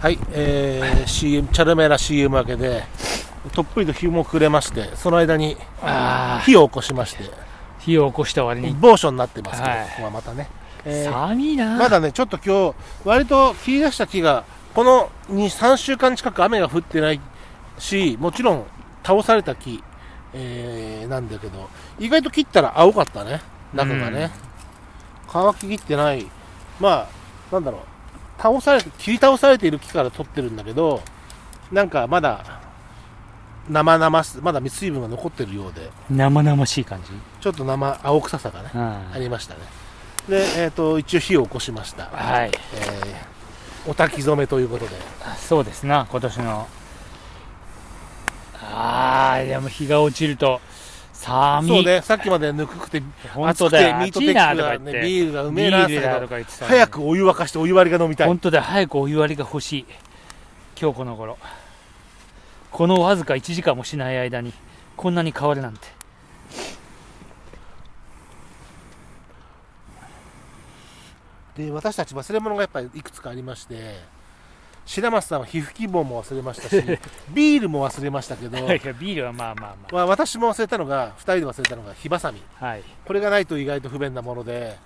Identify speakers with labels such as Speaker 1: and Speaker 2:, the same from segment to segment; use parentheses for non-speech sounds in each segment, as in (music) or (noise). Speaker 1: はい、えー、CM、チャルメラ CM 明けで、とっぷりと日も暮れまして、その間に
Speaker 2: あ
Speaker 1: 火を起こしまして、
Speaker 2: あ、火を起こした割に、
Speaker 1: 某所になってますけど、
Speaker 2: は
Speaker 1: こ
Speaker 2: い
Speaker 1: こはまたね。えー
Speaker 2: 寒いな。
Speaker 1: (laughs) まだね、ちょっと今日、割と切り出した木が、この2、3週間近く雨が降ってないし、もちろん倒された木、えーなんだけど、意外と切ったら青かったね、中がね。乾ききってない、まあ、なんだろう、倒されて、切り倒されている木から取ってるんだけど、なんかまだ、生々し、まだ水分が残ってるようで、
Speaker 2: 生々しい感じ。
Speaker 1: ちょっと生、青臭さがね、あ
Speaker 2: は
Speaker 1: りましたね。で、えっ、と、一応火を起こしました。
Speaker 2: い。
Speaker 1: えーお焚き染めということで、
Speaker 2: そうですな、今年の。ああ、でも日が落ちると、寒い。
Speaker 1: そうね、さっきまでぬくくて、
Speaker 2: 本当だよ。
Speaker 1: 暑くて
Speaker 2: 暑いなと
Speaker 1: ミ
Speaker 2: か
Speaker 1: ートテックが
Speaker 2: 言って。
Speaker 1: ねビールがうめえな
Speaker 2: ビールだとか言ってたのに。
Speaker 1: 早くお湯沸かしてお湯割りが飲みたい。
Speaker 2: 本当だよ早くお湯割りが欲しい今日この頃このわずか1時間もしない間にこんなに変わるなんて
Speaker 1: で、私たち忘れ物がやっぱりいくつかありまして、白松さんは皮膚希望も忘れました
Speaker 2: (laughs)
Speaker 1: し、ビールも忘れましたけど、
Speaker 2: いやビールはまあまあま
Speaker 1: まあ、私も忘れたのが、2人で忘れたのが火ばさみ。
Speaker 2: あはい
Speaker 1: これがないと意外と不便なもので、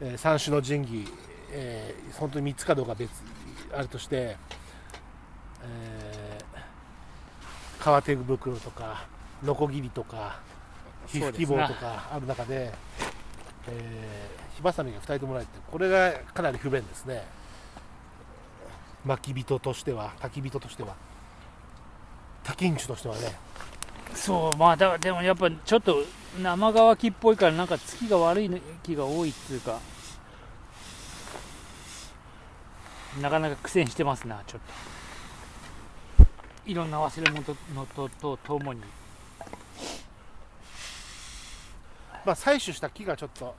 Speaker 1: え3種の神器、えー本当に3つかどうか別あるとして、えー、革手袋とかノコギリとか皮膚希望とかある中で、えー、火ばさみが2人ともないってこれがかなり不便ですね巻き人としては焚き人としては焚きんちゅとしてはね
Speaker 2: そうまあだでもやっぱちょっと生乾きっぽいからなんか月が悪い気が多いっていうかなかなか苦戦してますなちょっといろんな忘れ物とのととともに
Speaker 1: まあ、採取した木がちょっと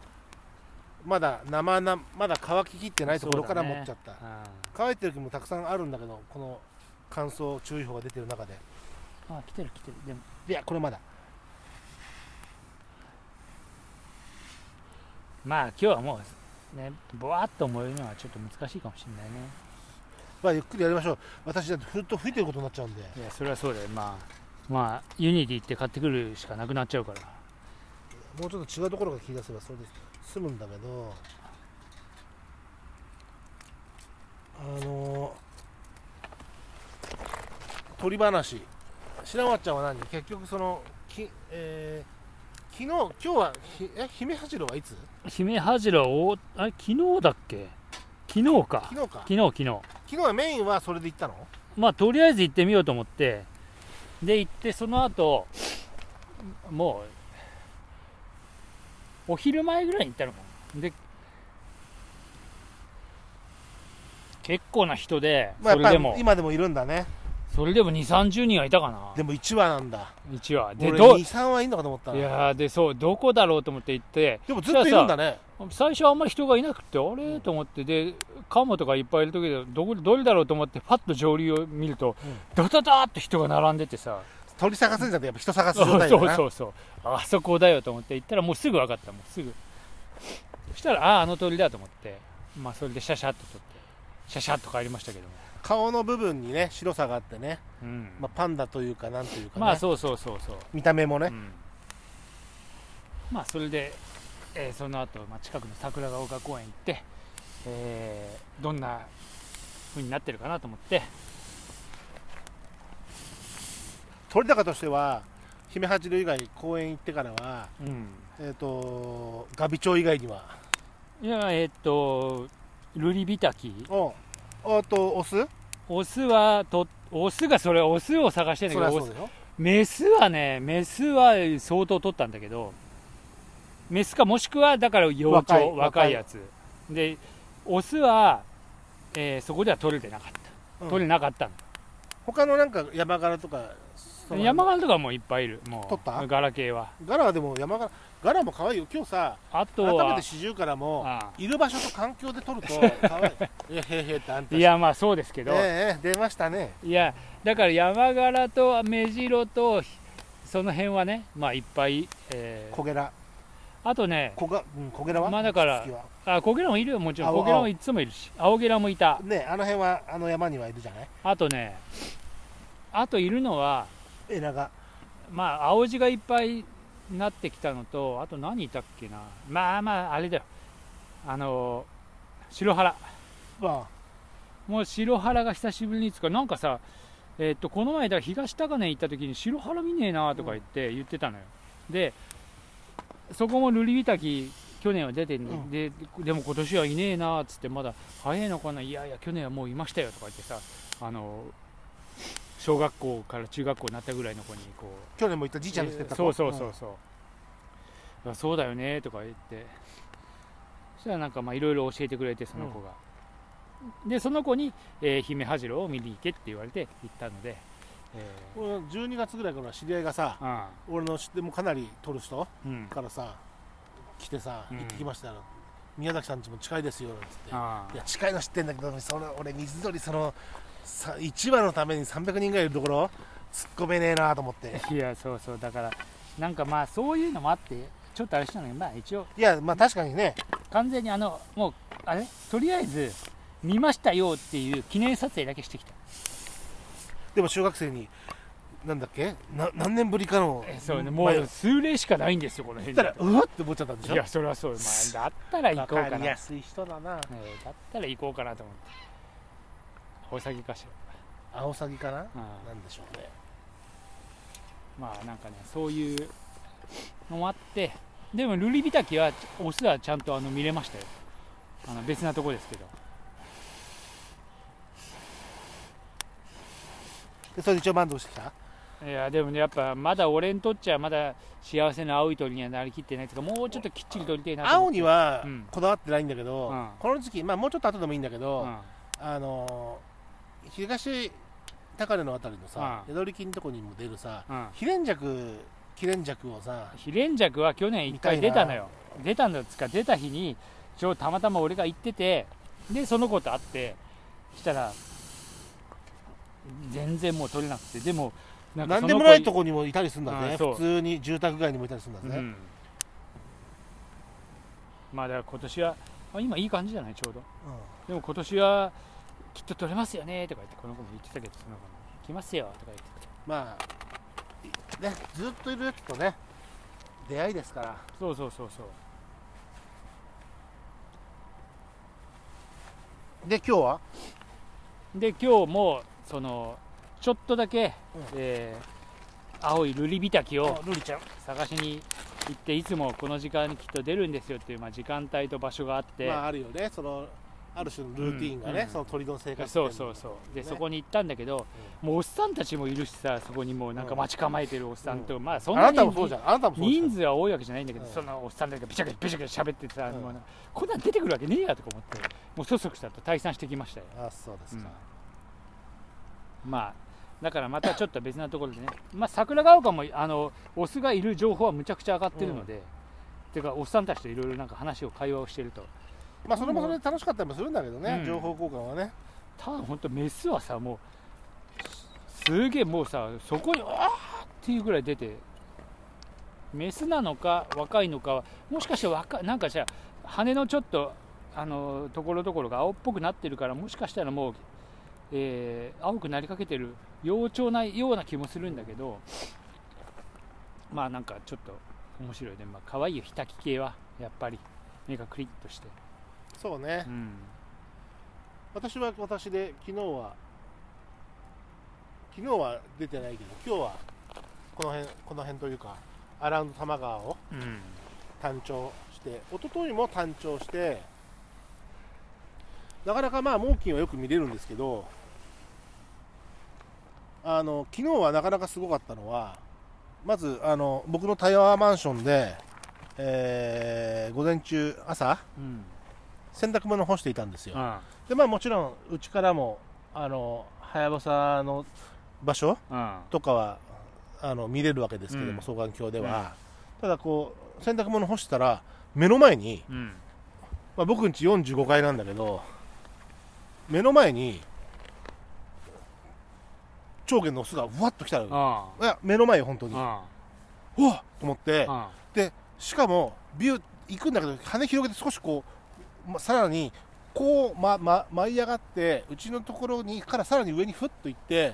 Speaker 1: まだ生なまだ乾ききってないところから
Speaker 2: そう
Speaker 1: 持
Speaker 2: だね
Speaker 1: っちゃった、
Speaker 2: あ
Speaker 1: 乾いてる木もたくさんあるんだけどこの乾燥注意報が出てる中で
Speaker 2: ーあ来てる来てるでも
Speaker 1: いやこれまだ
Speaker 2: まあ今日はもうねぼわっと燃えるのはちょっと難しいかもしれないね
Speaker 1: まあゆっくりやりましょう私だってふっと吹いてることになっちゃうんで
Speaker 2: いやそれはそうだよまあまあユニティって買ってくるしかなくなっちゃうから
Speaker 1: もうちょっと違うところが切り出せばそれで済むんだけどあの鳥話白松ちゃんは何結局そのき、えー昨日今日はひえ姫八郎はいつ
Speaker 2: 姫恥らをあれ昨日だっけ昨日か
Speaker 1: 昨日か
Speaker 2: 昨日昨日
Speaker 1: 昨日はメインはそれで行ったの
Speaker 2: まあとりあえず行ってみようと思ってで行ってその後もうお昼前ぐらいに行ったのかなで結構な人で、
Speaker 1: まあ
Speaker 2: それ
Speaker 1: や
Speaker 2: で
Speaker 1: っぱ
Speaker 2: も
Speaker 1: 今でもいるんだね
Speaker 2: それでも2 3 0人はいたかな
Speaker 1: でも1話なんだ
Speaker 2: 一話で
Speaker 1: 俺
Speaker 2: どい
Speaker 1: 23はいいのかと思ったな
Speaker 2: やーでそうどこだろうと思って行って
Speaker 1: でもずっといるんだね
Speaker 2: 最初あんまり人がいなくてあれと思ってでカモとかいっぱいいる時でどこどれだろうと思ってパッと上流を見ると、
Speaker 1: うん
Speaker 2: ドドドーっと人が並んでてさ
Speaker 1: 鳥探すんじゃなくてやっぱ人探す
Speaker 2: そ
Speaker 1: 状
Speaker 2: う
Speaker 1: 態だ
Speaker 2: そ
Speaker 1: な
Speaker 2: うそうそうあそこだよと思って行ったらもうすぐ分かったもうすぐそしたらあああの鳥だと思ってまあそれでシャシャッと撮ってシャシャッと帰りましたけども、
Speaker 1: 顔の部分にね白さがあってね、
Speaker 2: うん
Speaker 1: まあ、パンダというかなんというか、ね
Speaker 2: まあそうそうそうそう
Speaker 1: 見た目もね、
Speaker 2: うん、まあそれで、えーその後、まあ近くの桜ヶ丘公園行って、えーどんな風になってるかなと思って
Speaker 1: 鳥高としては姫八郎以外公園行ってからは
Speaker 2: うん
Speaker 1: えっ、とガビ町以外にはい
Speaker 2: やえーっとルリビタキ
Speaker 1: おあとオス
Speaker 2: オスはとオスがそれオスを探してんだ
Speaker 1: そ
Speaker 2: け
Speaker 1: りゃ
Speaker 2: ど
Speaker 1: そう
Speaker 2: オス
Speaker 1: だよ
Speaker 2: メスはねメスは相当取ったんだけどメスかもしくはだから幼鳥
Speaker 1: 若
Speaker 2: 若
Speaker 1: い
Speaker 2: いやつでオスは、えーそこでは取れてなかった、
Speaker 1: うん
Speaker 2: 取れなかったの
Speaker 1: 他のなんか山柄とかその
Speaker 2: 山柄とかもいっぱいいるもう
Speaker 1: 取った
Speaker 2: ガラ系は
Speaker 1: 柄はでも山柄柄も可愛いよ今日さ
Speaker 2: あと
Speaker 1: 改め
Speaker 2: は
Speaker 1: て四十からも
Speaker 2: あ
Speaker 1: いる場所と環境で撮
Speaker 2: (laughs)
Speaker 1: ると可愛いいやへーへーってあんた
Speaker 2: いやまあそうですけど、
Speaker 1: ええ出ましたね
Speaker 2: いやだから山柄と目白とその辺はねまあいっぱい、えー
Speaker 1: コゲラ
Speaker 2: あとね
Speaker 1: こが、うん、こげらは、
Speaker 2: まあだから
Speaker 1: 月は
Speaker 2: あコゲラもいるよもちろん
Speaker 1: 青
Speaker 2: コゲラもいつもいるし青ゲラもいた
Speaker 1: ねあの辺はあの山にはいるじゃない
Speaker 2: あとねあといるのは
Speaker 1: エナが
Speaker 2: まあ青字がいっぱいなってきたのとあと何いたっけなまあまああれだよあの白原
Speaker 1: ま
Speaker 2: もう白原が久しぶりにつかなんかさえーっとこの前だから東高根行った時に白原見ねえなとか言って、言ってたのよでそこもルリビタキ去年は出てんの、
Speaker 1: うん
Speaker 2: ででも今年はいねえなっつってまだ早いのかないやいや去年はもういましたよとか言ってさあの小学校から中学校になったぐらいの子にこう
Speaker 1: あ去年も行ったじいちゃんのしてた
Speaker 2: えーそうそう
Speaker 1: 子
Speaker 2: そうそう、いやそうだよねとか言ってそしたらなんかまあいろいろ教えてくれてその子が、でその子に、えー姫恥郎を見に行けって言われて行ったので、え
Speaker 1: うん、俺12月ぐらいから知り合いがさ
Speaker 2: ー
Speaker 1: 俺の知ってもかなり撮る人
Speaker 2: うんうん
Speaker 1: からさ来てさ
Speaker 2: うん
Speaker 1: 行ってきましたよ、宮崎さんちも近いですよなんつって
Speaker 2: あー
Speaker 1: いや近いの知ってんだけどそれ俺水鳥そのさ1話のために300人ぐらいいるところ突っ込めねえなと思って
Speaker 2: いやそうそうだからなんかまあそういうのもあってちょっとあれしたのにまあ一応
Speaker 1: いやまあ確かにね
Speaker 2: 完全にあのもうあれとりあえず見ましたよっていう記念撮影だけしてきた
Speaker 1: でも中学生になんだっけな何年ぶりかの
Speaker 2: えそうねも
Speaker 1: 前
Speaker 2: う数例しかないんですよこの
Speaker 1: そし
Speaker 2: 辺
Speaker 1: たらうわって思っちゃったんでしょ
Speaker 2: いやそれはそう、まあ、だったら行こうか
Speaker 1: わ
Speaker 2: な
Speaker 1: りやすい人だな
Speaker 2: えーだったら行こうかなと思ってお先かし
Speaker 1: アオサギかな
Speaker 2: ら、うん
Speaker 1: なんでしょうね
Speaker 2: まあなんかねそういうのもあってでもルリビタキはオスはちゃんとあの見れましたよあの別なとこですけど
Speaker 1: でそれで一応満足してきた
Speaker 2: いやでもねやっぱまだ俺にとっちゃまだ幸せな青い鳥にはなりきってないとかもうちょっときっちり撮りたいなと思
Speaker 1: 青
Speaker 2: って
Speaker 1: には
Speaker 2: うん
Speaker 1: こだわってないんだけど、
Speaker 2: うん
Speaker 1: この時期まあもうちょっと後でもいいんだけど、
Speaker 2: うん
Speaker 1: あのー東高根のあたりのさ、
Speaker 2: う
Speaker 1: 宿り木のとこにも出るさ、
Speaker 2: うん
Speaker 1: ヒレンジャク、キレンジャクをさ、
Speaker 2: ヒレンジャクは去年一回出たのよ出たんですか出た日にちょうどたまたま俺が行っててでその子と会ってしたら全然もう取れなくてでもな
Speaker 1: なん
Speaker 2: そ
Speaker 1: で
Speaker 2: の
Speaker 1: も
Speaker 2: 子
Speaker 1: ないとこにもいたりするんだ
Speaker 2: う
Speaker 1: ね、
Speaker 2: んそう
Speaker 1: 普通に住宅街にもいたりするんだね。
Speaker 2: うんまあだから今年はあ今いい感じじゃないちょうどでも今年はきっと取れますよねとか言ってこの子も言ってたけどその子も行きますよとか言って
Speaker 1: まあ、ね、ずっといるやつとね、出会いですから、
Speaker 2: そうそうそうそう
Speaker 1: で、今日は、
Speaker 2: で今日もそのちょっとだけ、
Speaker 1: うん
Speaker 2: えー青いルリビタキを
Speaker 1: あルリちゃん、
Speaker 2: 探しに行っていつもこの時間にきっと出るんですよっていう、まあ、時間帯と場所があって、
Speaker 1: まあ、あるよね、そのある種のルーティーンがね、
Speaker 2: うん
Speaker 1: その鳥の生活ってい
Speaker 2: そう
Speaker 1: の
Speaker 2: そうそうで、
Speaker 1: ね
Speaker 2: そこに行ったんだけど、もうおっさんたちもいるしさそこにもうなんか待ち構えてるおっさんと、まあそん
Speaker 1: あ
Speaker 2: な
Speaker 1: な
Speaker 2: に
Speaker 1: たもそうじゃん、あなたもそうじゃ
Speaker 2: 人
Speaker 1: ん。
Speaker 2: 数は多いわけじゃないんだけど、
Speaker 1: うん
Speaker 2: そのおっさんたちがびしゃびしゃびしゃびしゃ喋ってさ、
Speaker 1: うん
Speaker 2: もうなんかこんなん出てくるわけねえやとか思ってもうそそくさと退散してきましたよ
Speaker 1: あ、そうですか。
Speaker 2: まあだからまたちょっと別なところでね、まあ、桜ヶ丘もあのオスがいる情報はむちゃくちゃ上がってるので、ていうかおっさんたちといろいろなんか話を会話をしてると
Speaker 1: まあ、それもそれで楽しかったりもするんだけどね、
Speaker 2: うん
Speaker 1: 情報交換はね。
Speaker 2: ただ本当メスはさもうすげえもうさそこにあーっていうぐらい出てメスなのか若いのかはもしかして若いなんかじゃあ羽のちょっとあのところどころが青っぽくなってるからもしかしたらもう、えー青くなりかけてる幼鳥なような気もするんだけどまあなんかちょっと面白いねまあ可愛いよひたき系はやっぱり目がクリッとして、
Speaker 1: そうね。
Speaker 2: うん、
Speaker 1: 私は私で昨日は昨日は出てないけど今日はこの辺この辺というかアラウンド多摩川を
Speaker 2: うん、
Speaker 1: 単調して一昨日も単調してなかなかまあ猛禽はよく見れるんですけどあの昨日はなかなかすごかったのはまずあの僕のタワーマンションで、えー午前中朝
Speaker 2: うん、
Speaker 1: 洗濯物干していたんですよ、
Speaker 2: あ
Speaker 1: でまあもちろんうちからもあのはやぶさの場所
Speaker 2: あ
Speaker 1: とかはあの見れるわけですけども、
Speaker 2: うん
Speaker 1: 双眼鏡では、ただこう洗濯物干したら目の前に、
Speaker 2: うん
Speaker 1: まあ、僕んち45階なんだけど目の前に長元のオスがうわっと来たらい
Speaker 2: ああ
Speaker 1: や目の前よ本当にうわっと思って
Speaker 2: ああ
Speaker 1: でしかもビュー行くんだけど羽広げて少しこう、ま、さらにこう、まま、舞い上がってうちのところにからさらに上にふっと行って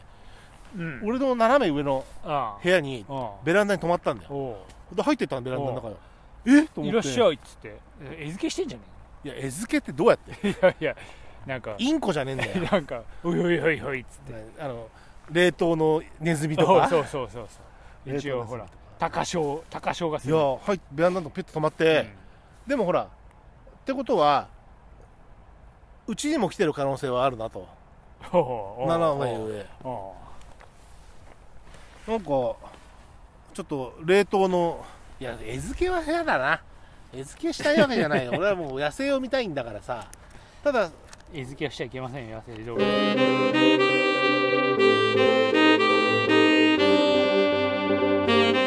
Speaker 2: うん
Speaker 1: 俺の斜め上の
Speaker 2: あ
Speaker 1: 部屋に
Speaker 2: ああ
Speaker 1: ベランダに泊まったんだ
Speaker 2: あ
Speaker 1: よ
Speaker 2: お
Speaker 1: で入ってったのベランダの中よえっと思
Speaker 2: う
Speaker 1: って
Speaker 2: いらっしゃいっつってえ餌付けしてんじゃね
Speaker 1: いや餌付けってどうやって
Speaker 2: え (laughs) いやいやなんか
Speaker 1: インコじゃねえん
Speaker 2: (laughs)
Speaker 1: だよ
Speaker 2: なんかおいおいおいおいっつって
Speaker 1: ねあの冷凍のネズミと
Speaker 2: おう
Speaker 1: か
Speaker 2: そうそうそうそ
Speaker 1: 冷
Speaker 2: う
Speaker 1: 凍ネズミ
Speaker 2: 一応
Speaker 1: とか
Speaker 2: ほら高潮高潮がす
Speaker 1: い
Speaker 2: る
Speaker 1: やはいベランダのペット泊まって、でもほら、ってことは、うちにも来てる可能性はあるなと、
Speaker 2: うんおうおう
Speaker 1: 斜め上、
Speaker 2: おう
Speaker 1: なんか、ちょっと冷凍の、いや、餌付けは嫌だな、餌付けしたいわけじゃないよ、俺はもう野生を見たいんだからさ、ただ、
Speaker 2: 餌付けはしちゃいけませんよ野生動物
Speaker 1: 「